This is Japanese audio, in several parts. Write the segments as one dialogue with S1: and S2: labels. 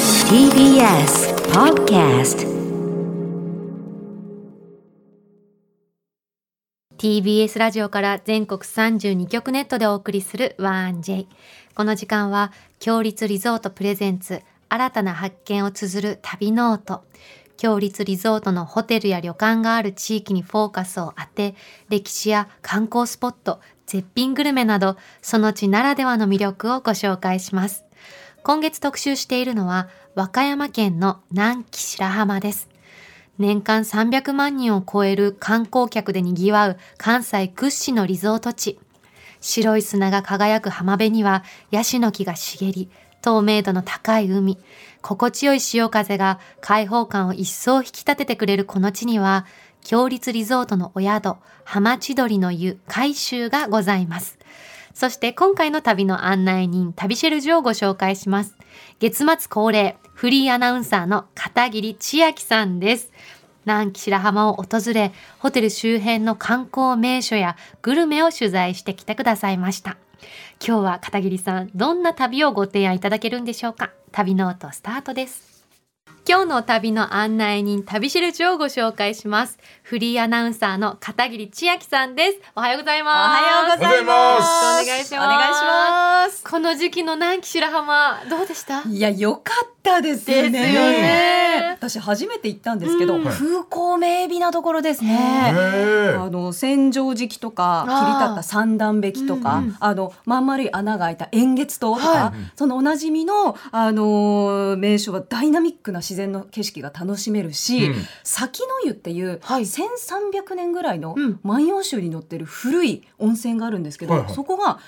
S1: TBS Podcast
S2: TBS ラジオから全国32局ネットでお送りする「1J」この時間は「強立リゾートプレゼンツ新たな発見」を綴る旅ノート強立リゾートのホテルや旅館がある地域にフォーカスを当て歴史や観光スポット絶品グルメなどその地ならではの魅力をご紹介します今月特集しているのは和歌山県の南紀白浜です年間300万人を超える観光客で賑わう関西屈指のリゾート地。白い砂が輝く浜辺にはヤシの木が茂り、透明度の高い海、心地よい潮風が開放感を一層引き立ててくれるこの地には、強立リゾートのお宿、浜千鳥の湯、海舟がございます。そして今回の旅の案内人、旅シェルジュをご紹介します。月末恒例、フリーアナウンサーの片桐千秋さんです。南紀白浜を訪れ、ホテル周辺の観光名所やグルメを取材してきてくださいました。今日は片桐さん、どんな旅をご提案いただけるんでしょうか旅ノートスタートです。今日の旅の案内人、旅しるじをご紹介します。フリーアナウンサーの片桐千秋さんです。おはようござい
S3: お
S2: ます。
S3: はようございます。
S2: お願いします
S3: お願いします。
S2: この時期の南紀白浜、どうでした
S3: いや、良かったです
S2: で
S3: ね。
S2: すよね
S3: 私初めて行ったんですけど、
S2: うん
S3: 風光明媚なところですね。
S4: へえ
S3: あの千畳敷とか切り立った三段壁とか、
S2: うんうん
S3: あのまん丸い穴が開いた円月塔とか、
S2: は
S3: そのおなじみのあのー名所はダイナミックな自然の景色が楽しめるし、
S4: うん
S3: 先の湯っていう、
S2: はい
S3: 1300年ぐらいの
S2: うん
S3: 万葉集に載ってる古い温泉があるんですけど、
S4: はいはい
S3: そこが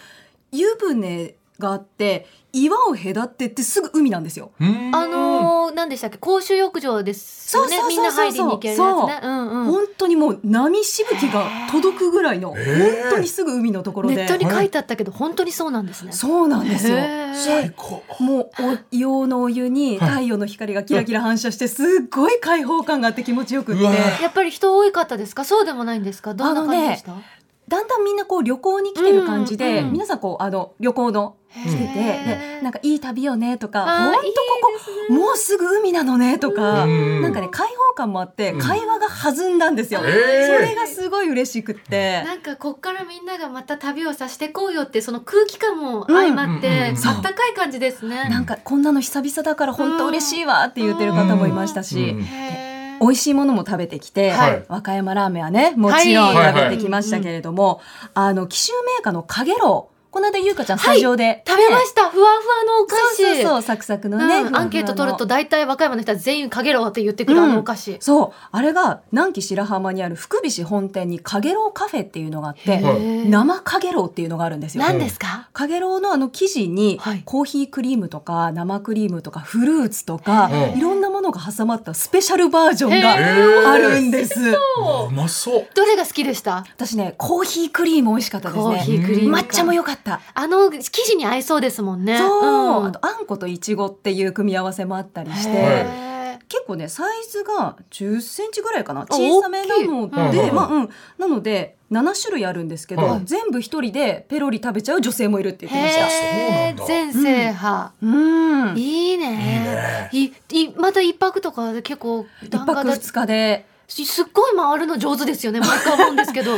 S3: 湯船があって岩を隔ってってすぐ海なんですよ。
S4: うん
S2: あのー、何でしたっけ公衆浴場ですよね。
S3: そうそうそうそう
S2: みんな入りに行けるやつね。うんうん。
S3: 本当にもう波しぶきが届くぐらいの、
S4: ー
S3: 本当にすぐ海のところで。
S2: ネットに書いてあったけど、本当にそうなんですね。
S3: そうなんですよ。
S2: へ
S4: 最高
S3: もうお硫黄のお湯に
S4: はい
S3: 太陽の光がキラキラ反射してすっごい開放感があって気持ちよくって
S4: うわ
S2: やっぱり人多いかったですかそうでもないんですかどんな感じでした、
S3: だんだんみんなこう旅行に来てる感じで、
S2: うんうん
S3: 皆さんこうあの旅行の
S2: へー
S3: 来てて、でなんかいい旅よねとか
S2: あー
S3: 本当ここもうすぐ海なのねとか、
S4: うん
S3: なんかね開放感もあって
S4: うん
S3: 会話が弾んだんですよ、
S4: え
S3: そ
S4: ー
S3: れがすごい嬉しくって、
S2: なんかこっからみんながまた旅をさしてこうよってその空気感も相まって、
S4: うんうんうん
S2: あ
S4: そう
S2: ったかい感じですね。
S3: なんかこんなの久々だから本当嬉しいわって言ってる方もいましたし、
S4: うん
S2: へー
S3: 美味しいものも食べてきて、
S4: はい
S3: 和歌山ラーメンはねもちろん
S4: はい
S3: 食べてきましたけれども、あの紀州銘菓のかげろうこの間優香ちゃんスタジオで、
S2: 食べました、ふわふわのお菓子
S3: そうそうそうサクサクのね、
S2: うん
S3: ふわふわの
S2: アンケート取ると大体和歌山の人は全員かげろうって言ってくるあのお菓子。
S3: そうあれが南紀白浜にある福菱本店にかげろうカフェっていうのがあって
S4: へー
S3: 生かげろうっていうのがあるんですよ
S2: 何ですか
S3: かげろうのあの生地に
S2: はい
S3: コーヒークリームとか生クリームとかフルーツとか、
S4: うん
S3: いろんなものが挟まったスペシャルバージョン
S2: へ
S4: ー
S3: があるんです、
S4: うまそう
S2: どれが好きでした
S3: 私ねコーヒークリーム美味しかったですね
S2: コーヒークリームか
S3: 抹茶も良かった。
S2: あの生地に合いそうですもんね。
S3: そう、
S2: ん
S3: あとあんこといちごっていう組み合わせもあったりし
S4: へ
S3: て
S4: ー
S3: 結構ねサイズが10センチぐらいかな
S2: あ
S3: 小さめなの
S2: 大
S4: きい
S3: で、
S4: うん
S3: まあうん、なので7種類あるんですけど、
S4: はい
S3: 全部一人でペロリ食べちゃう女性もいるって言ってました。
S2: へ
S4: そうなん
S2: ー
S4: だ
S2: 全制覇、
S3: うん一
S2: いい
S4: いい
S2: ね。
S4: ね
S2: いいまた一泊とかで結構弾丸
S3: 泊
S2: だ
S3: 二日です
S2: っごい回るの上手ですよね。毎回思うんですけど。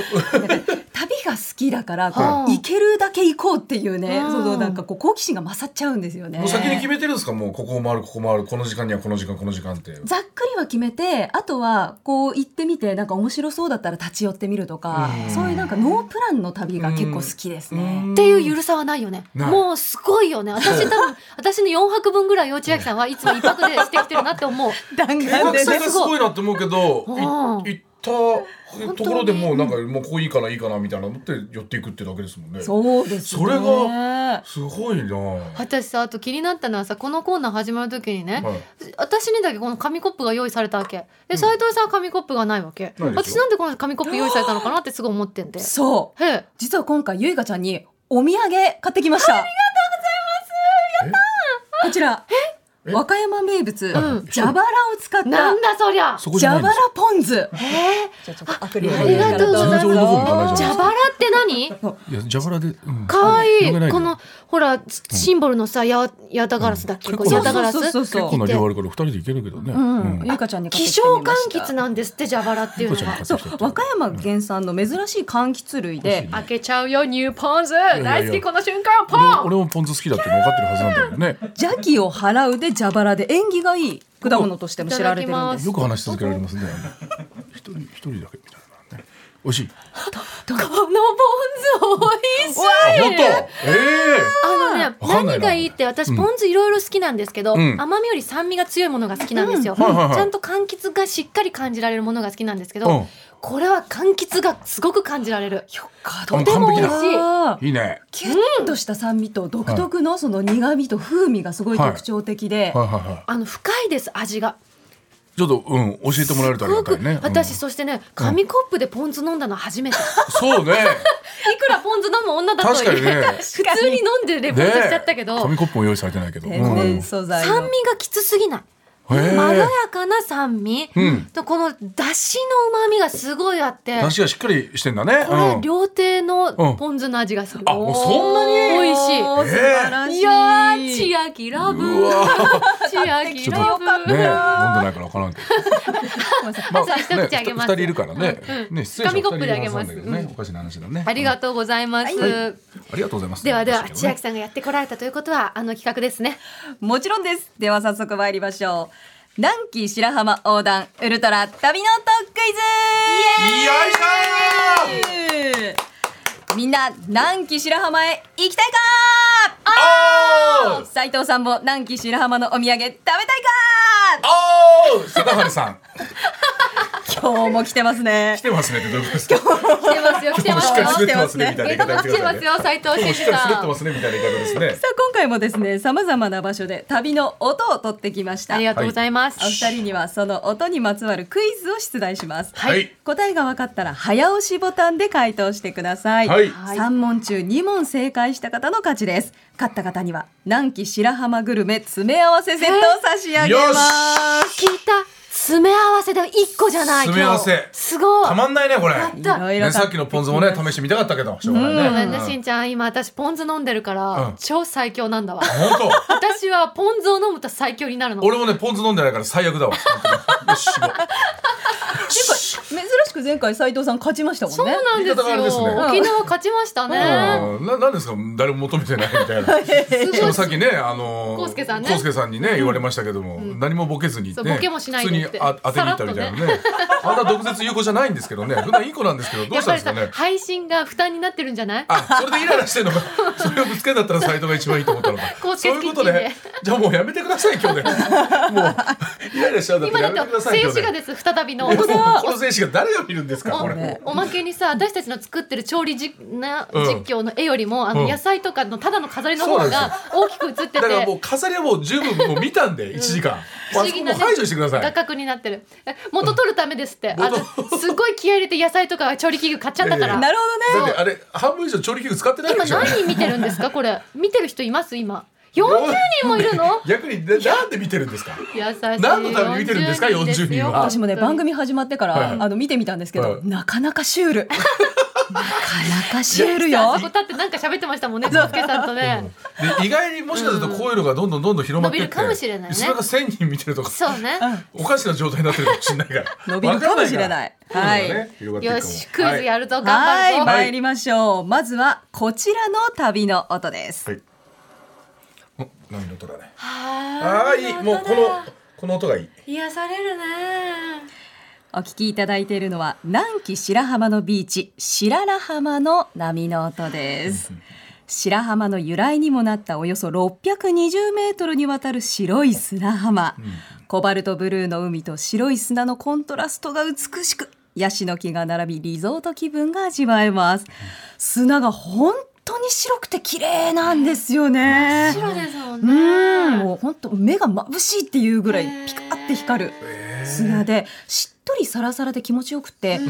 S3: 旅が好きだからこう、
S2: はい
S3: 行けるだけ行こうっていうね、
S2: うん
S3: そのなんかこう好奇心が勝っちゃうんですよね
S4: もう先に決めてるんですかもうここを回るここ回るこの時間にはこの時間この時間って
S3: ざっくりは決めてあとはこう行ってみてなんか面白そうだったら立ち寄ってみるとか
S4: うん
S3: そういうなんかノープランの旅が結構好きですね。
S2: っていうゆるさはないよね。
S4: ない
S2: もうすごいよね。私多分、私の4泊分ぐらい、幼稚園さんはいつも一泊でしてきてるなって思う。
S3: 弾
S4: 計画性がす
S3: い
S4: ごいなって思うけど
S2: うん
S4: い行ったところでもうなんかもうここいいからいいかなみたいなのって寄っていくってだけですもんね
S3: そうですね。
S4: それがすごいなは
S2: 私さ、あと気になったのはさ、このコーナー始まる時にね、
S4: い
S2: 私にだけこの紙コップが用意されたわけ。で、斎藤さんは紙コップがないわけ。
S4: ないです
S2: 私
S4: よ
S2: なんでこの紙コップ用意されたのかなってすごい思ってんで。へ
S3: そう
S2: え。
S3: 実は今回ゆいかちゃんにお土産買ってきました。ありがとうございます。やったー。こち
S4: え
S3: ら和歌山名物
S2: うん
S3: 蛇腹を使っ
S2: なん
S3: た
S2: だそりゃ
S4: そこじゃないんで
S3: 蛇腹
S4: す
S3: ポン酢。
S2: へえ。
S3: じゃあちょっとアプリ
S4: あ
S2: ありがとうございます
S4: 通常のご飯じゃないじゃん
S2: 蛇腹って何
S4: いや蛇腹で、うん
S2: かわいい。
S4: よくないよ
S2: この、ほらシンボルのさややだガラスだっけ、
S5: うん
S2: これ
S5: 結
S2: や
S5: 構な
S2: だガラス
S3: そうそうそう
S2: 希
S5: 結構な量あるから二人でいけるけどね。
S3: うん
S5: うん
S3: ゆいかちゃんに買ってきてみ
S2: 少
S3: ま
S2: 柑
S3: した
S2: 橘なんですって蛇腹っていうの
S5: ゆいか
S2: は
S5: ち
S3: そう和歌山原産の珍しい柑橘類で、
S2: 開けちゃうよニューポンズ
S5: いや
S2: 大好きこの瞬間ポ
S5: 俺も
S2: ン
S5: 俺もポン酢好きだっていうの分かってるはずなんだけどね。
S3: 邪気を払うで蛇腹で縁起がいい果物としても知られてるん
S2: いただ
S3: で
S2: き
S3: す
S5: よく話し続けられますね。一人一人だけみたいなね。美味しい。
S2: このポン酢美味しい
S4: あ本当え
S2: あのね
S5: わかんな
S2: 何
S5: いな
S2: がいいって私
S5: うん
S2: ポン酢いろいろ好きなんですけど、
S5: うん
S2: 甘みより酸味が強いものが好きなんですよ、
S5: うんはいはいはい
S2: ちゃんと柑橘がしっかり感じられるものが好きなんですけど、
S5: うん
S2: これは柑橘がすごく感じられる
S5: と
S2: ても美味しい
S3: あー
S5: いいね。
S3: キュッとした酸味と独特のその苦味と風味がすごい特徴的で、
S5: はいはいはい。
S2: あの深いです味が
S5: ちょっとうん教えてもらえるとありがたいね。うん
S2: 私そしてね紙コップでポン酢飲んだの初めて、
S5: そうね。
S2: いくらポン酢飲む女だと
S5: 確かに ね
S2: 普通に飲んでレポートしちゃったけど、
S5: 紙コップも用意されてないけど。
S3: 天
S5: うん
S3: 然素材の
S2: 酸味がきつすぎないま
S5: へえ
S2: ろやかな酸味、
S5: うん
S2: とこのだしの旨味がすごいあって
S5: 出汁がしっかりしてんだね。
S2: これ、
S5: うん
S2: 料亭のポン酢の味がする、
S5: あもうそんなに。
S2: 美味しい
S3: おー素晴らしい
S2: いやー千秋ラブ
S5: うわ
S2: 千秋
S5: ちょ
S2: ラ
S5: っ
S2: ブ
S5: ね飲んでないから分からんけど。ま
S2: まずは一口あげます
S5: ね二人いるからね。
S2: うん
S5: ね出演者
S2: 紙
S5: 二
S2: コッ
S5: 人い
S2: プであげ
S5: る
S2: ま
S5: はずなん
S2: す
S5: だけどね。おかしな話だね。
S2: あり
S5: うん
S2: がとうございます、
S5: ありがとうございます。
S2: ではでは
S5: 確かにね
S2: 千秋さんがやってこられたということはあの企画ですね
S3: もちろんですでは早速参りましょう南紀白浜横断ウルトラ旅の特クイズイエーイみんな南紀白浜へ行きたいか斉藤さんも南紀白浜のお土産食べたいか
S4: ー、おー
S5: 高原さん
S3: 今日も来てますね
S4: 来てますねってどういうことですか
S2: 来てますよ来てま
S4: しっ
S2: す
S4: か
S2: よ
S4: り滑ってますねみたいな言い
S2: ゲート
S4: 方
S2: が
S4: やっ
S2: 来
S4: て
S2: て
S4: くださ
S2: ま
S4: い
S2: す
S4: ね
S2: よ斉藤
S4: 今日もし
S2: 慎二
S4: っかり滑っ
S2: さ
S4: て
S2: ん
S4: ますねみたいな言い方ですね
S3: さあ今回もですねさまざまな場所で旅の音を取ってきました
S2: ありがとうございます、
S3: お二人にはその音にまつわるクイズを出題します。
S4: はい
S3: 答えが分かったら早押しボタンで回答してください。
S4: はい
S2: はい
S3: 3問中2問正解した方の勝ちです。勝った方には南紀白浜グルメ詰め合わせセットを差し上げ
S4: よ
S3: ます。
S2: 聞いた詰め合わせで一個じゃない
S4: 詰め合わせ
S2: 今日すごい
S4: たまんないねこれ
S2: っ
S3: い
S2: た
S3: ろいろ
S4: ねさっきのポン酢もね試してみたかったけどしょうがないね
S2: ごめんね
S4: うん
S2: しんちゃん今私ポン酢飲んでるから、
S4: うん
S2: 超最強なんだわ
S4: 本
S2: 私はポン酢を飲むと最強になるの
S4: 当俺もねポン酢飲んでないから最悪だわよしもう
S3: 珍しく前回斉藤さん勝ちましたもんね。
S2: そうなんで
S4: 言
S2: す
S4: い方があれ
S2: よ
S4: ですね
S2: 沖縄勝ちましたね、
S4: うんななんですか誰も求めてないみたいなしかもさっきねあの
S2: 康介さんね
S5: 康介
S4: さんにね言われましたけども、何もボケずに、ね、
S2: そうボケもしない
S4: 普通に
S2: でって
S4: あ当てに行ったみたいなねあんな毒舌言う子じゃないんですけどね普段いい子なんですけどどう
S2: やっ
S4: したんで
S2: ぱ
S4: す
S2: り
S4: か
S2: さ、
S4: ね
S2: 配信が負担になってるんじゃない
S4: あそれでイライラして るのかそれをぶつけだったら斎藤が一番いいと思ったのか
S2: 康
S4: そ
S2: 介
S4: う
S2: 好
S4: い
S2: き
S4: うこと
S2: って
S4: でじゃあもうやめてください今日でもうイライラしちゃうんだった
S2: 今
S4: ら
S2: だ
S4: やめてく
S2: と
S4: ださい
S2: 静
S4: 今日
S2: 止
S4: で
S2: 画です再びの
S4: えもう この選手が誰を見るんですかこれ
S3: ね
S2: おおまけにさ私たちの作ってる調理じな
S4: うん
S2: 実況の絵よりも、あ
S4: う
S2: の
S4: ん
S2: 野菜とかのただの飾りの方
S4: そうなん
S2: が大きく映って
S4: だ
S2: て
S4: からもう飾りはもう十分もう見たんで1時間、
S2: 不
S4: もうあ
S2: 思
S4: そ
S2: 議
S4: こ
S2: な
S4: も
S2: ね
S4: 排除してください
S2: 画角になってるえ元取るためですってあ
S4: 元
S2: のすごい気合い入れて野菜とか調理器具買っちゃったから
S4: いやい
S3: なるほどね。
S4: だってあれ半分以上調理器具使ってない
S2: 今
S4: でしょ
S2: 何人見てるんですかこれ見てる人います今40人もい るの
S4: 逆にななんで見てるんですか
S2: 優しい
S4: 何のために見てるんですか
S2: 40よ
S4: 40人は
S3: 私もね番組始まってから、
S4: はい
S3: あの見てみたんですけど、
S4: はい
S3: なかなかシュ ールなかなかシュールよ
S2: あそこ立ってなんか喋ってましたもんねつけさんとね
S4: で意外にもしかするとこういうのがどんどんどんどん広まってって
S2: 伸びるかもしれないね
S4: それが1000人見てるとか
S2: そうね
S4: おかしな状態になってるかもしれないから
S3: 伸びるかもしれ
S4: わ
S3: ない
S4: かんな
S3: はいい
S4: からそういうのがね広が
S2: よ
S4: っていくかも
S2: しクイズやるぞ頑張
S3: はい
S2: るぞ
S3: 参りましょうまずはこちらの旅の音です、
S4: はいはいうん波の音だねあ
S2: は
S4: あーいいもうこのこの音がいい
S2: 癒されるね
S3: お聞きいただいているのは南紀白浜のビーチ白良浜の波の音です白浜の由来にもなったおよそ620メートルにわたる白い砂浜、コバルトブルーの海と白い砂のコントラストが美しくヤシの木が並びリゾート気分が味わえます砂が本当に白くて綺麗なんですよね
S2: 白ですもん
S3: う
S2: ね
S3: ん、もう本当目が眩しいっていうぐらいピカって光る砂でしっとりサラサラで気持ちよくて、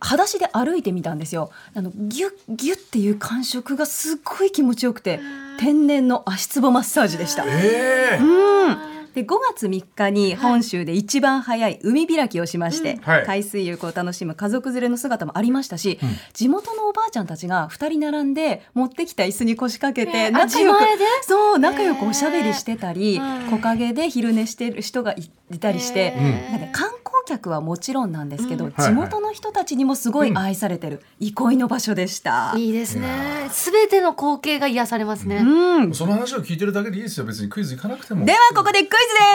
S3: 裸足で歩いてみたんですよあのギュッギュッっていう感触がすっごい気持ちよくて天然の足つぼマッサージでした、
S4: ええ
S3: うん、で5月3日に本州で一番早い海開きをしまして、
S4: はい
S3: 海水浴を楽しむ家族連れの姿もありましたし、地元のおばあちゃんたちが2人並んで持ってきた椅子に腰掛け
S2: えー
S3: て仲良く、
S2: あ自前で
S3: そう仲良くおしゃべりしてたり、
S2: えー
S3: 木陰で昼寝してる人がいいたりして、
S2: えー
S3: なんか観光客はもちろんなんですけど、
S2: うん
S3: 地元の人たちにもすごい愛されてる憩いの場所でした。
S2: いいですね。すべての光景が癒されますね。
S3: うん、
S4: その話を聞いてるだけでいいですよ別にクイズ行かなくても
S3: ではここでクイ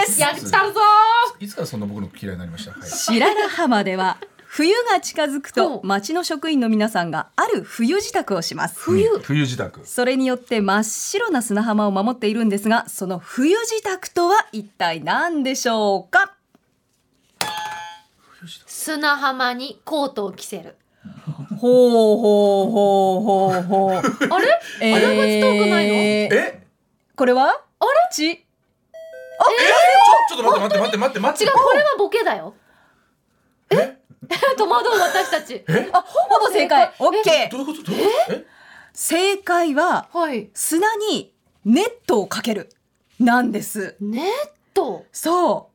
S3: ズです
S2: やったるぞ
S4: いつからそんな僕のこと嫌いになりました、はい、
S3: 白良浜では冬が近づくと町の職員の皆さんがある冬支度をします
S2: 冬、
S4: 冬自宅
S3: それによって真っ白な砂浜を守っているんですがその冬支度とは一体何でしょうか
S2: 砂浜にコートを着せ る。
S3: ほうほうほうほう ほう
S2: あれ
S3: え
S2: あれは遠くないの
S3: え
S4: え
S3: これはあれち
S4: ちょっと待って待って待って待って待
S2: 違
S4: っ
S2: う、
S4: て
S2: これはボケだよ。え 戸惑う私たち。
S3: あほぼ正解オッケー
S4: どういうことどういうことえ
S3: 正解は
S2: はい。
S3: 砂にネットをかけるなんです
S2: ネット
S3: そう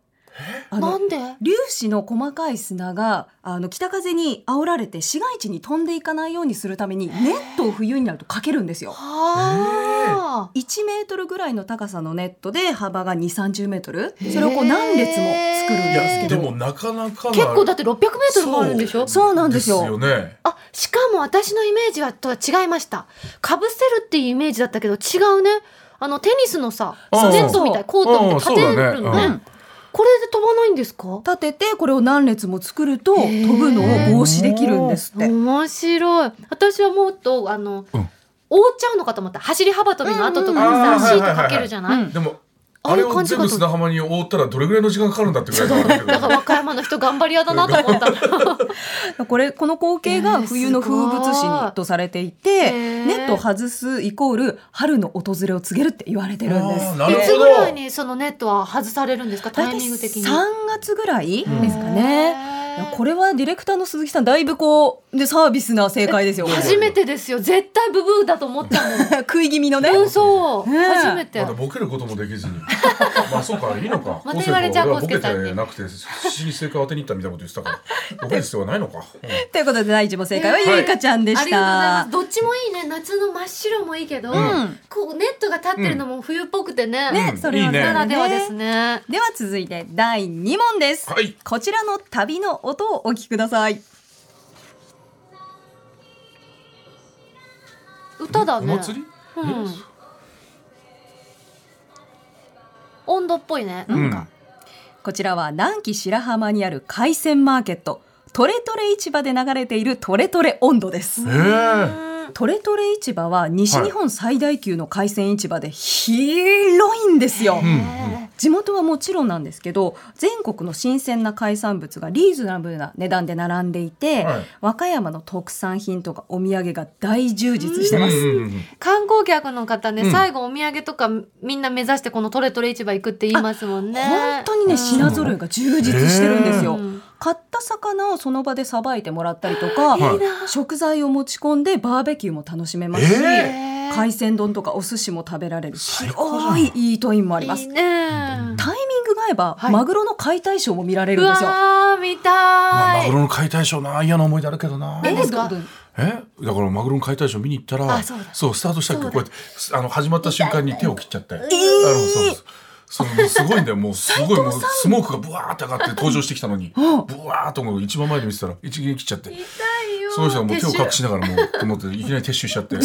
S3: あの
S2: なんで
S3: 粒子の細かい砂があの北風に煽られて市街地に飛んでいかないようにするためにネットを冬になるとかけるんですよ。
S2: はあ、
S3: 1メートルぐらいの高さのネットで幅が2、30メートル。それをこう何
S4: い
S3: 列も作るんです
S4: や
S3: け
S4: で
S3: ど。
S4: もなかなかな
S2: 結構だって600メートルもあるんでしょ
S3: そうなんですよ
S4: ですよね
S2: あ、しかも私のイメージはとは違いました。かぶせるっていうイメージだったけど違うね。あのテニスのさ、ネ
S4: うん
S2: ットみたいコートみたいに立てる
S4: う
S2: の
S4: んそうだ
S2: ね
S4: ね。
S2: これで飛ばないんですか？
S3: 立ててこれを何列も作ると
S2: へ
S3: 飛
S2: ー
S3: ぶのを防止できるんですって。
S2: 面白い。私はもっとあの、
S5: うん
S2: 覆っちゃうのかと思った。走り幅跳びの後と
S4: うんうん
S2: か
S4: うん
S2: にさ、シートかけるじゃない。
S3: うん
S4: でも
S2: あ
S4: あ
S2: れ
S4: れ
S2: を
S4: を
S2: 全
S4: 全
S2: 部
S4: 部
S2: 砂
S4: 砂浜に覆ったらどれぐらいの時間かかるんだってぐらいかかるけ
S2: なんか
S4: ど
S2: 和歌山の人頑張り屋だなと思った。
S3: これこの光景が冬の風物詩にとされていて、
S2: へー
S3: ネットを外すイコール春の訪れを告げるって言われてるんです
S4: あー
S3: って。
S4: なるほど
S2: いつぐらいにそのネットは外されるんですか？タイミング的に。
S3: 3月ぐらいですかね。い
S2: へ
S3: や
S2: ー
S3: これはディレクターの鈴木さんだいぶこうでサービスな正解ですよ。これ
S2: 初めてですよ。絶対ブブーだと思ったもん。
S3: 食い気味のね。
S2: うん、そう、
S3: ねえ
S2: 初めて
S4: ま。だボケることもできずにまあそうかいいのか
S2: また言われちゃう
S4: 昴生君
S2: 昴生さん
S4: 俺はボ
S2: に
S4: ケてなくて不思議正解を当てに行ったみたいなこと言ってたからボケる必要はないのか、うん
S3: ということで第一問正解は
S2: ね
S3: ゆいかちゃんで
S2: あ
S3: し
S2: りがとうございま
S3: た
S2: す。。どっちもいいね。夏の真っ白もいいけど、
S3: ん
S2: こうネットが立ってるのも冬っぽくてね。
S3: ね
S4: うん
S3: それはい
S4: いね
S2: なら
S3: ね
S2: ではですね。
S3: では続いて第二問です。
S4: はい
S3: こちらの旅の音をお聞きください。
S2: 歌だ
S4: お
S2: ね。
S4: 祭り
S2: うん。温度っぽいね。なんか。
S3: こちらは南紀白浜にある海鮮マーケットトレトレ市場で流れているトレトレ温度です。
S4: ええ
S3: トレトレ市場は西日本最大級の海鮮市場で広いんですよ。
S2: ね
S3: 地元はもちろんなんですけど全国の新鮮な海産物がリーズナブルな値段で並んでいて、
S4: はい
S3: 和歌山の特産品とかお土産が大充実してます。
S4: うんうんうん
S2: 観光客の方ね、
S4: うん
S2: 最後お土産とかみんな目指してこのトレトレ市場行くって言いますもんね。
S3: 本当にね品揃えが充実してるんですよ、
S2: うん
S3: 買った魚をその場でさばいてもらったりとか、
S4: はい
S3: 食材を持ち込んでバーベキューも楽しめますし、
S2: えー
S3: 海鮮丼とかお寿司も食べられる広いイートインもあります
S2: いいね。
S3: タイミングが合えば、
S2: はい
S3: マグロの解体ショーも見られ
S2: う
S3: るんですよ。
S2: わー見
S5: まあ
S2: た
S5: マ
S2: い
S5: グ。ロの解体ショーな嫌な思い出あるけどな
S2: えですか
S3: どういう
S5: えだからマグロの解体ショー見に行ったら
S2: あそうだ
S5: スタートしたっけこうやってすあの始まった瞬間に手を切っちゃって、あのそうそうそうもうすごいんだよもうすごいもうスモークがブワーって上がって登場してきたのにブワーっともう一番前で見てたら一撃切っちゃってその人がもう手を隠しながらもうと思っていきなり撤収しちゃ って部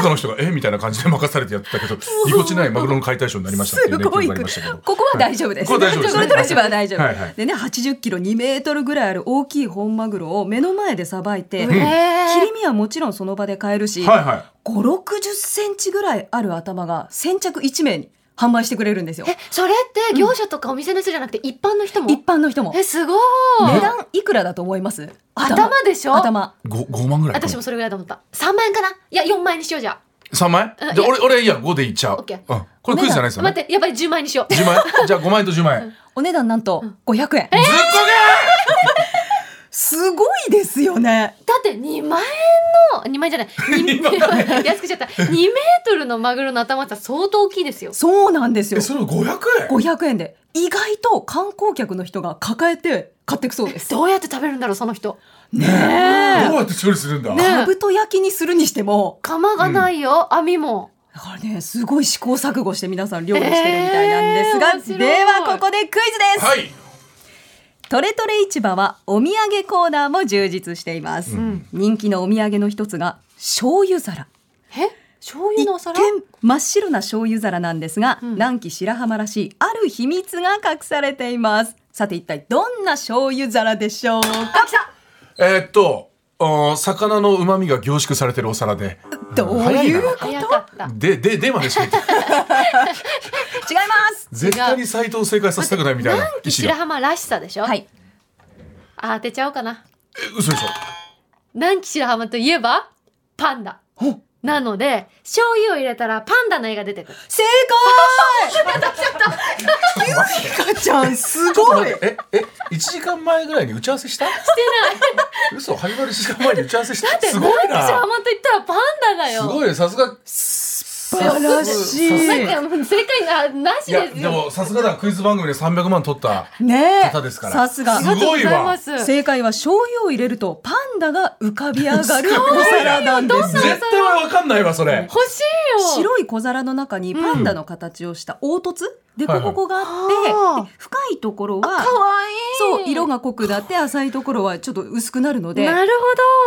S5: 下の人が「えみたいな感じで任されてやってたけどぎこちないマグロの解体ショーになりましたっていう
S3: す
S5: ね
S3: ご
S5: 記憶
S3: い
S5: がありましたけど。
S3: ここは大丈夫です。
S5: はいここは大丈夫ですね
S3: トレトレ市場は大丈夫。
S5: はいはい
S3: でね、80キロ、2メートルぐらいある大きい本マグロを目の前でさばいて、
S2: え
S3: 切り身はもちろんその場で買えるし、
S5: はいはい
S3: 5、60センチぐらいある頭が先着1名に販売してくれるんですよ
S2: ー、。えそれって業者とかお店の人じゃなくて一般の人も、
S3: 一般の人も。
S2: えすごい
S3: 値段いくらだと思います
S2: 頭でしょ
S3: 頭。
S5: 5, 万ぐらい
S2: 私もそれぐらいだと思った3万円かないや4万円にしようじゃ
S5: 3万
S2: うん
S5: 円じゃあ俺俺いや5でいっちゃう、
S2: オッケー
S5: うん、これクイズじゃないですよね
S2: 待ってやっぱり10万円にしよう
S5: 10万円じゃあ5万円と10万円。ずっ
S3: お値段なんと500円。
S5: こ
S3: すごいですよね。
S2: だって2万円の2万円じゃない 2, 安くしちゃった2メートルのマグロの頭って相当大きいですよ
S3: そうなんですよ
S5: え。それを500円
S3: 500円で意外と観光客の人が抱えて買ってくそう です。
S2: どうやって食べるんだろうその人
S5: ね
S3: ねえ
S5: どうやって処理するんだ、
S2: ねえ
S3: かぶと焼きにするにしても
S2: 釜がないよ、網も
S3: だからねすごい試行錯誤して皆さん料理してるみたいなんですが、
S2: えー面白い
S3: ではここでクイズです、
S5: はい
S3: トレトレ市場はお土産コーナーも充実しています、
S2: ん
S3: 人気のお土産の一つが醤油皿
S2: え醤油
S3: 一
S2: の
S3: 見
S2: お皿
S3: 真っ白な醤油皿なんですが、
S2: うん
S3: 南紀白浜らしいある秘密が隠されていますさて一体どんな醤油皿でしょうか
S5: えーっとあー魚の旨味が凝縮されてるお皿で
S3: どう
S5: 早い
S3: いう
S5: な
S2: 早かった
S5: でででまでしない
S3: 違います
S5: 絶対に斎藤を正解させたくないみたいな
S2: 南
S5: 意
S2: 紀
S5: 志
S2: 白
S5: が
S2: 浜らしさでしょ、
S3: はい
S2: あ当てちゃおうかな
S5: え嘘でしょ
S2: 南紀白浜といえばパンダ
S3: ほ
S2: なので醤油を入れたらパンダの絵が出てくる
S3: 正解ゆいかちゃんすごい
S5: ええ一時間前ぐらいに打ち合わせしたしてない嘘始まる一時間前に打ち合わせしたすごい
S2: 南紀白
S5: な
S2: 浜といったらパンダだ
S5: す
S2: よ
S5: ごいねさすが
S3: 素晴らしい
S2: なんかもう正解なないし
S5: や
S2: です
S5: で
S2: よ
S5: もさすがだクイズ番組で300万取った
S3: ねえ
S5: 方ですから
S3: さすが
S5: すごいわ
S2: ありがとうございます
S3: 正解は醤油を入れるとパンダが浮かび上がる小皿なんです
S5: 絶対俺わかんないわそ
S2: 欲
S5: れ
S2: しいよ
S3: 白い小皿の中にパンダの形をした凹凸、で
S5: はい
S3: こ
S5: はい
S3: ここがあって、
S2: あー
S3: で深いところは
S2: かわいい
S3: そう色が濃くなって浅いところはちょっと薄くなるので
S2: なる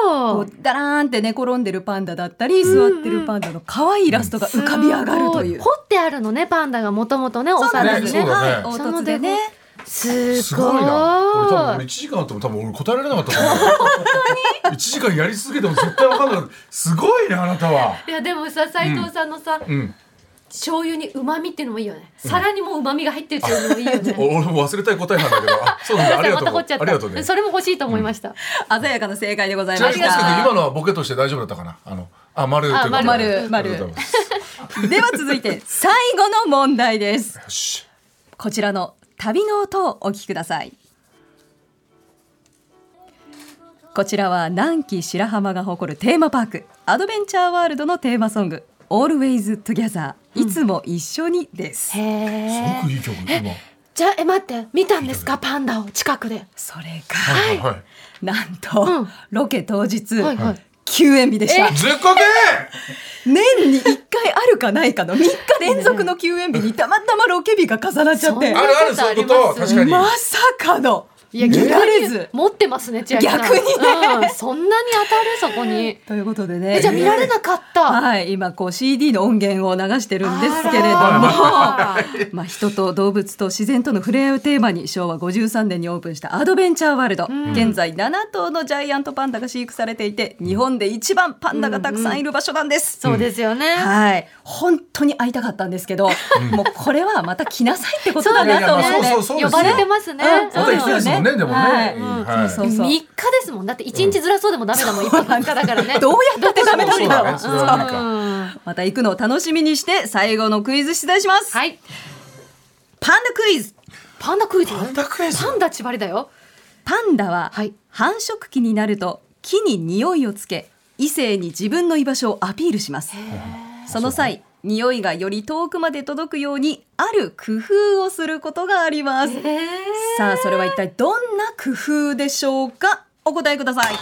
S3: こ
S2: ほど
S3: うダラーンって寝転んでるパンダだったり座ってるパンダの可愛いイラストが浮かび上がるという。
S2: すご掘ってあるのねパンダがもともとねお皿に
S5: すね
S2: ね
S5: そうだね
S3: はい、凹凸でね。
S2: す
S5: す
S2: ご
S5: ご
S2: い
S5: いな俺多分俺1時間あっても多分俺答えられなかったと思う1時間やり続けても絶対わかんなかったすごいねあなたはい
S2: やでもさ斉藤さんのさ、
S5: うん
S2: 醤油に旨味っていうのもいいよね皿にも旨味が入ってるっていうのもいいよね、
S5: お俺も忘れたい答えなんだけどあそ うなんだありが
S2: ま
S5: と
S2: た
S5: う
S2: 掘
S5: あ
S2: っちゃっ
S5: りがとうね
S2: た。それも欲しいと思いました。
S3: 鮮やかな正解でござい
S5: ちな
S3: ま
S5: み
S3: し
S5: にですけど
S3: た。
S5: 今のはボケとして大丈夫だったかなあのあ丸ということで
S2: あ
S3: 丸丸
S5: ありがとうございます
S3: では続いて最後の問題です。
S5: よし
S3: こちらの旅の音をお聞きください。こちらは南紀白浜が誇るテーマパークアドベンチャーワールドのテーマソング「Always Together いつも一緒に」です。
S2: へ
S5: すごく
S2: え。
S5: いい曲今
S2: じゃあえ待って見たんですかパンダを近くで。
S3: それが、
S5: はいはいはい
S3: なんと、
S2: うん
S3: ロケ当日、
S2: はいはい。
S3: 休園日でした。
S5: ずっこけ
S3: 年に1回あるかないかの3日連続の休園日にたまたまロケ日が重なっちゃっ
S2: そ
S3: て
S2: んな
S5: あるあるそういうこと
S2: そんなことあります
S5: 確かに
S3: まさかの
S2: いや
S3: 見
S2: 逆
S3: られず
S2: に。持ってますね千秋さん。
S3: 逆にね
S2: うんそんなに当たるそこに。
S3: ということでね
S2: えじゃあ見られなかった。
S3: はい、今こう CD の音源を流してるんですけれども、
S2: あら
S3: まあ人と動物と自然との触れ合いをテーマに昭和53年にオープンしたアドベンチャーワールド、現在7頭のジャイアントパンダが飼育されていて日本で一番パンダがたくさんいる場所なんです。
S2: そうですよね。
S3: はい、本当に会いたかったんですけど、もうこれはまた来なさいってことだ
S5: いや
S3: ないと思
S5: や
S3: っ
S5: まあ
S3: て。
S5: そうそうそうです
S2: 呼ば
S5: よ
S2: れてますね。
S3: うん
S5: また行きたいですもんねでもね
S3: はい
S5: うん
S3: そう
S5: はい
S3: そうそう
S2: 3日ですもんだって1日ずらそうでもダメだもん一泊3日だからね。
S3: どうやったってダメなんだろう。
S5: そうだねそれは無理か
S2: うん
S3: また行くのを楽しみにして最後のクイズ出題します。
S2: はい。
S3: パンダクイズ。
S2: パンダクイズ。
S5: パンダクエズ
S2: パンダ千張りだよ。
S3: パンダは
S2: はい
S3: 繁殖期になると木に匂いをつけ異性に自分の居場所をアピールしますその際匂いがより遠くまで届くようにある工夫をすることがあります
S2: へえ。
S3: さあそれは一体どんな工夫でしょうかお答えください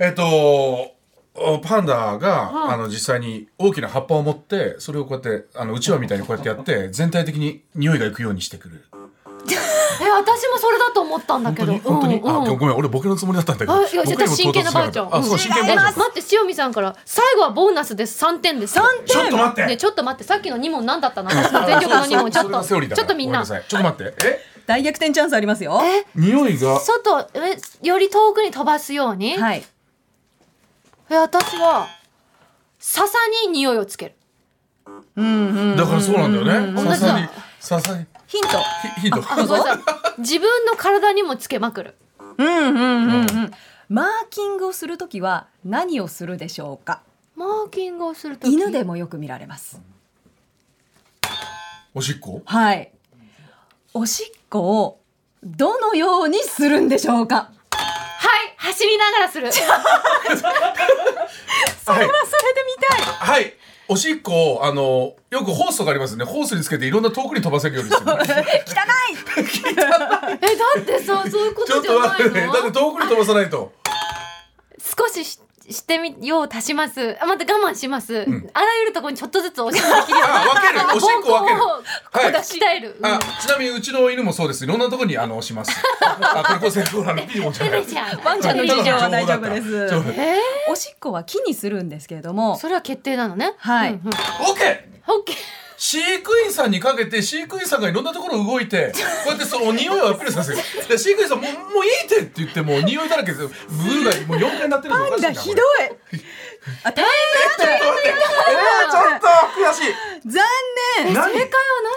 S5: えっとおパンダが、
S2: うん
S5: あの実際に大きな葉っぱを持ってそれをこうやってあのうちわみたいにこうやってやって全体的に匂いがいくようにしてくる
S2: え私もそれだと思ったんだ
S5: 本
S2: け
S5: 当
S2: ど
S5: に本当に、
S2: うんうん
S5: あごめん俺ボケのつもりだったんだけど
S2: あいやじゃあ
S5: ボケ
S2: 真
S5: に
S2: 剣
S5: も
S2: な
S5: 到
S2: バージョン
S5: 達しなかったあそう真剣
S2: え
S5: バージョン
S2: 待って塩見さんから最後はボーナスです3点です3
S5: ちょっと待って
S2: ねちょっと待ってさっきの2問何だったの私の全力の2問ちょっと
S5: セオリーだ
S2: ちょっとみんな
S5: ごめさいちょっと待ってえ
S3: 大逆転チャンスありますよ
S2: え
S5: 匂いが
S2: 外えより遠くに飛ばすように
S3: はい
S2: え私は笹に匂いをつける
S5: だからそうなんだよね
S2: 同
S5: さ
S2: じだ
S5: さにささに
S3: ヒント
S5: ひひどい
S2: ごめんなさい自分の体にもつけまくる
S3: うんうんうんうんマーキングをするときは何をするでしょうか
S2: マーキングをするとき
S3: 犬でもよく見られます
S5: おしっこ
S3: はい。おしっこをどのようにするんでしょうか。
S2: 走りながらする。
S5: はい
S3: それで見たい
S5: はい。おしっこを、あの、よくホースとかありますよね。ホースにつけていろんな遠くに飛ばせるようにす る。
S2: え、だってさ、そういうこ
S5: ちょ
S2: と
S5: っ
S2: じゃ
S5: と待って
S2: な
S5: ね。
S2: い
S5: だって
S2: の。
S5: 遠くに飛ばさないと。
S2: 少しししてみよう足します。あ、また我慢します。あらゆるところにちょっとずつおしっこできるように。
S5: あ、 分ける。おしっこ分ける。
S2: こ
S5: は
S2: う
S5: い
S2: 出し鍛える。
S5: あ、ちなみにうちの犬もそうです。いろんなとこにあのします。あ、これこそほらあのピジョンじゃない。
S2: じゃ
S3: ワンちゃんの事情は大丈夫です
S5: 情報だった
S2: え
S3: おしっこは木にするんですけれども
S2: ー、それは決定なのね。
S3: はい
S2: うんうんオッ
S5: オッケー。
S2: ケー。
S5: 飼育員さんにかけて飼育員さんがいろんなところ動いてこうやってその匂いをアピールさせるで飼育員さんもうもういいってって言ってもう匂いだらけですよブーがもう4回なってるのおかしい
S3: だ
S5: な
S3: ひどい
S5: こ
S3: あ大
S5: れちょっと待ってえーちょっと悔しい
S3: 変残念
S2: 正解は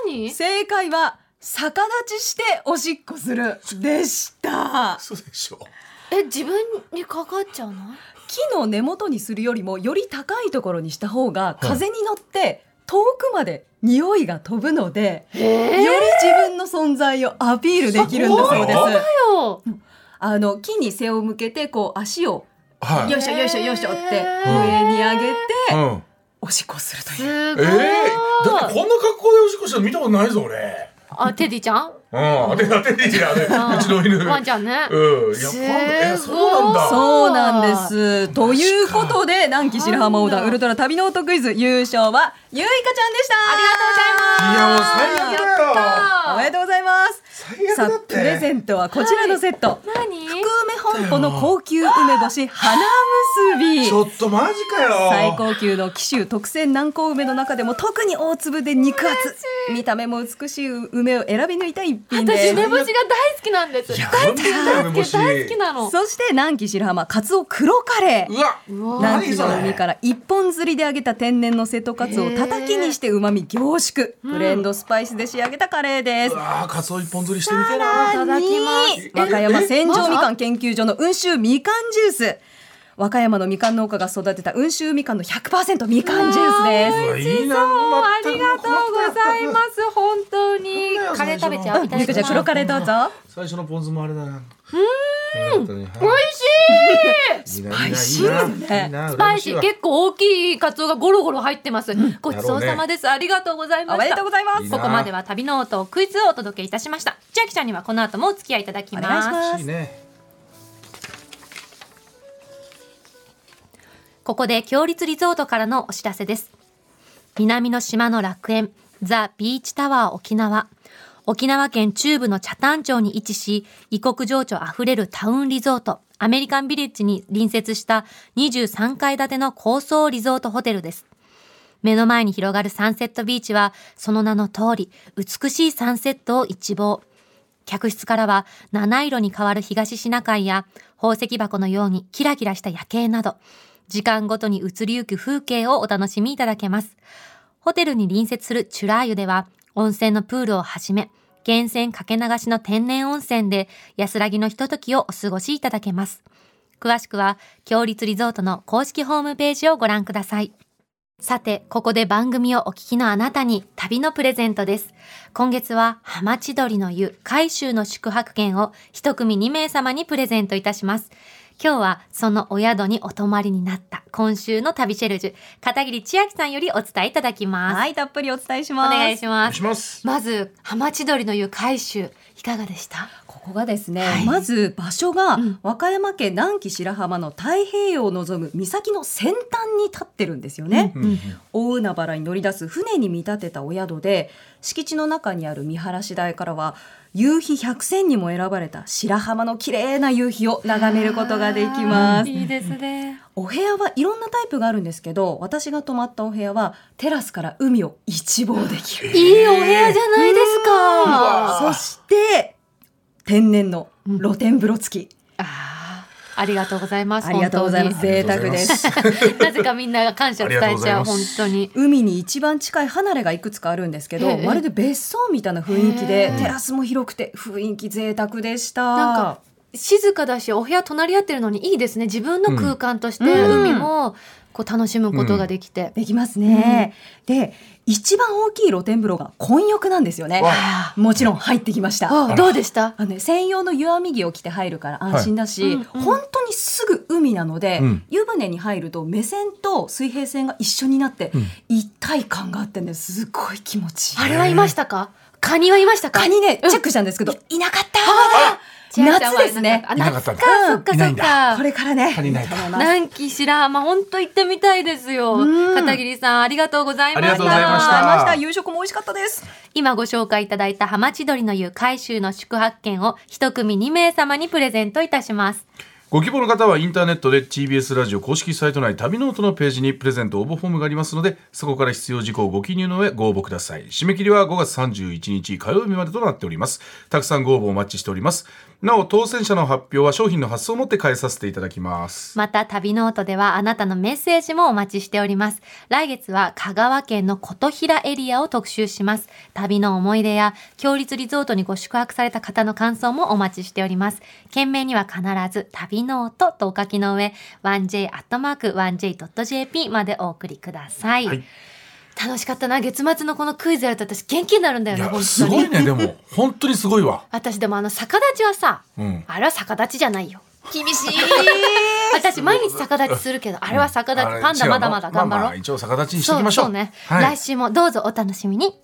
S2: 何？
S3: 正解は逆立ちしておしっこするでした
S5: そうでしょ
S2: え、自分にかかっちゃうの？
S3: 木の根元にするよりもより高いところにした方が風に乗って遠くまで匂いが飛ぶので、
S2: え
S3: より自分の存在をアピールできるんだそうです
S5: そうだ
S2: よ。
S3: あの木に背を向けてこう足を
S5: はい
S3: よいしょよいしょよいしょって
S2: へー
S3: 上に上げて
S5: うん
S3: おしっこするという
S2: す
S5: え
S2: ごい。
S5: えー、だってこんな格好でおしっこしたの見たことないぞ俺
S2: あ、テディちゃん？
S5: うん当て当てていいやね
S2: ん
S5: うちの犬
S2: ワンちゃんね。
S5: うんいや
S2: すごい
S5: 今度えそうなんだ
S3: そうなんです。ということで、南紀白浜オーダ
S2: なん
S3: ー
S2: だ
S3: ウルトラ旅ノートクイズ優勝はゆいかちゃんでした。
S5: いやもう最悪だよ
S3: おめでとうございます。
S5: 最悪
S3: さ
S5: だ
S3: あ
S5: っ、て
S3: プレゼントはこちらのセット。
S2: 何？
S3: 福梅本舗の高級梅干し花結
S5: ち
S3: び。
S5: ょっとマジかよ
S3: 最高級の紀州特選南高梅の中でも特に大粒で肉厚見た目も美しい梅を選び抜いた一品です
S2: 私梅干しが大好きなんです。
S5: いや
S2: 大好き
S5: なんだよ梅干し
S2: 大好きなの。
S3: そして南紀白浜カツオ黒カレー
S5: う
S2: う
S5: わ
S2: わ
S3: 南
S5: 何
S3: 紀
S5: それ
S3: の海から一本釣りで揚げた天然の瀬戸カツオをたたきにして旨味凝縮ブレンドスパイスで仕上げたカレーです
S5: うわーカツオ一本釣りしてみてえ
S3: い
S5: な
S3: ただきます和歌山千条みかん研究所の温州みかんジュース和歌山のみかん農家が育てた温州みかんの100%みかんジュースです
S5: うわいいな
S2: そうあ
S5: 全
S2: り
S5: く
S2: がとうございます本当に
S5: なんだよ
S2: カレー食べちゃう
S5: そ
S2: い
S5: ん
S2: ただ
S5: な
S2: きま
S3: ゆかちゃん
S2: す
S3: 黒カレーどうぞ
S5: 最初のポン酢もあれだなうん
S2: 美味しい
S5: スパイ
S3: シーですね
S2: スパイシー結構大きいカツオがゴロゴロ入ってます、ごちそうさまです、ありがとうございま
S3: お
S2: した
S3: めでとうございます
S5: いい
S2: こ
S5: な
S2: こまでは旅の音クイズをお届けいたしました千秋ちゃんにはこの後もお付き合いいただき
S3: お
S2: ま
S3: 願い
S2: す
S3: しま
S5: いい
S3: す
S5: ね
S2: ここで強立リゾートからのお知らせです。南の島の楽園、ザ・ビーチタワー沖縄。沖縄県中部の北谷町に位置し、異国情緒あふれるタウンリゾート、アメリカンビレッジに隣接した23階建ての高層リゾートホテルです。目の前に広がるサンセットビーチは、その名の通り、美しいサンセットを一望。客室からは七色に変わる東シナ海や宝石箱のようにキラキラした夜景など、時間ごとに移りゆく風景をお楽しみいただけます。ホテルに隣接するチュラー湯では、温泉のプールをはじめ、源泉かけ流しの天然温泉で安らぎのひとときをお過ごしいただけます。詳しくは、強立リゾートの公式ホームページをご覧ください。さて、ここで番組をお聞きのあなたに旅のプレゼントです。今月は、浜千鳥の湯、海州の宿泊券を一組2名様にプレゼントいたします。今日は、そのお宿にお泊まりになった、今週の旅シェルジュ、片桐千秋さんよりお伝えいただきます。
S3: はいたっぷりお伝えし
S2: お
S3: ます
S2: 願いし
S5: お願
S2: ま
S5: い
S2: す
S5: し。ます
S2: まず、浜千鳥の湯、海州、いかがでした
S3: ここがですね、
S2: はい
S3: まず場所が
S2: うん
S3: 和歌山県南紀白浜の太平洋を望む岬の先端に立ってるんですよね、
S5: うんうん
S3: 大海原に乗り出す船に見立てたお宿で敷地の中にある見晴らし台からは夕日百選にも選ばれた白浜の綺麗な夕日を眺めることができます
S2: いいですね。
S3: お部屋はいろんなタイプがあるんですけど私が泊まったお部屋はテラスから海を一望できる
S2: いいお部屋じゃないですか。
S3: そして天然の露天風呂付き、
S2: あーありがとうございます。
S3: ありがとうございます
S5: 本当に
S3: 贅沢です
S2: 本当に。なぜかみんなが感謝伝
S5: あり
S2: え
S5: がとう
S2: ち
S5: ござい
S2: ゃう、
S5: ま
S2: 本
S5: す
S2: 当に。
S3: 海に一番近い離れがいくつかあるんですけど、
S2: ええ
S3: まるで別荘みたいな雰囲気で、
S2: ええ
S3: テラスも広くて雰囲気贅沢でした
S2: なんか静かだしお部屋隣り合ってるのにいいですね自分の空間として、
S3: うん
S2: 海もこう楽しむことができて、
S3: できますね、で一番大きい露天風呂が混浴なんですよね
S5: わ
S3: もちろん入ってきました
S2: あどうでした
S3: あのね、専用の湯あみ着を着て入るから安心だし、
S2: はいうんうん
S3: 本当にすぐ海なので、
S5: うん
S3: 湯船に入ると目線と水平線が一緒になって、
S5: うん
S3: 一体感があってねすごい気持ちいい。
S2: あれはいましたかカニはいましたか
S3: カニねチェックしたんですけど、いなかった
S2: 千秋さんは
S3: 夏ですね
S2: あ
S5: いなかった
S2: 夏か、
S3: うん
S2: そっか
S5: いな
S2: そ
S5: い
S2: っ
S5: んだ
S2: か
S3: これからね
S5: 足りないか
S3: いいと思ます
S2: 南紀白浜本当行ってみたいですよ
S3: うん
S2: 片桐さんありがとうございました
S5: ありがとうございまし
S3: あ
S5: た
S3: りがとうございました夕食も美味しかったです
S2: 今ご紹介いただいた浜千鳥の湯海州の宿泊券を一組2名様にプレゼントいたします
S5: ご希望の方はインターネットで TBS ラジオ公式サイト内旅ノートのページにプレゼント応募フォームがありますのでそこから必要事項をご記入の上ご応募ください締め切りは5月31日火曜日までとなっておりますたくさんご応募お待ちしておりますなお当選者の発表は商品の発送をもって返させていただきます
S2: また旅ノートではあなたのメッセージもお待ちしております来月は香川県の琴平エリアを特集します旅の思い出や強立リゾートにご宿泊された方の感想もお待ちしております件名には必ず旅ノートとお書きの上 1j.1j.jp までお送りください、
S5: はい
S2: 楽しかったな月末のこのクイズやると私元気になるんだよ
S5: い
S2: ね
S5: や
S2: 本
S5: す
S2: 当
S5: ごい
S2: に
S5: ねでも本当にすごいわ
S2: 私でもあの逆立ちはさ、
S5: うん
S2: あれは逆立ちじゃないよ厳しい 私毎日逆立ちするけどあれは逆立
S5: あ
S2: ち
S5: れ
S2: パンダ
S5: 違う
S2: ま
S5: の
S2: だまだ頑張
S5: あ
S2: ろ
S5: あ
S2: う
S5: 一応逆立ちにして
S2: そ
S5: おき
S2: う
S5: ましょう
S2: そうね、
S5: はい
S2: 来週もどうぞお楽しみに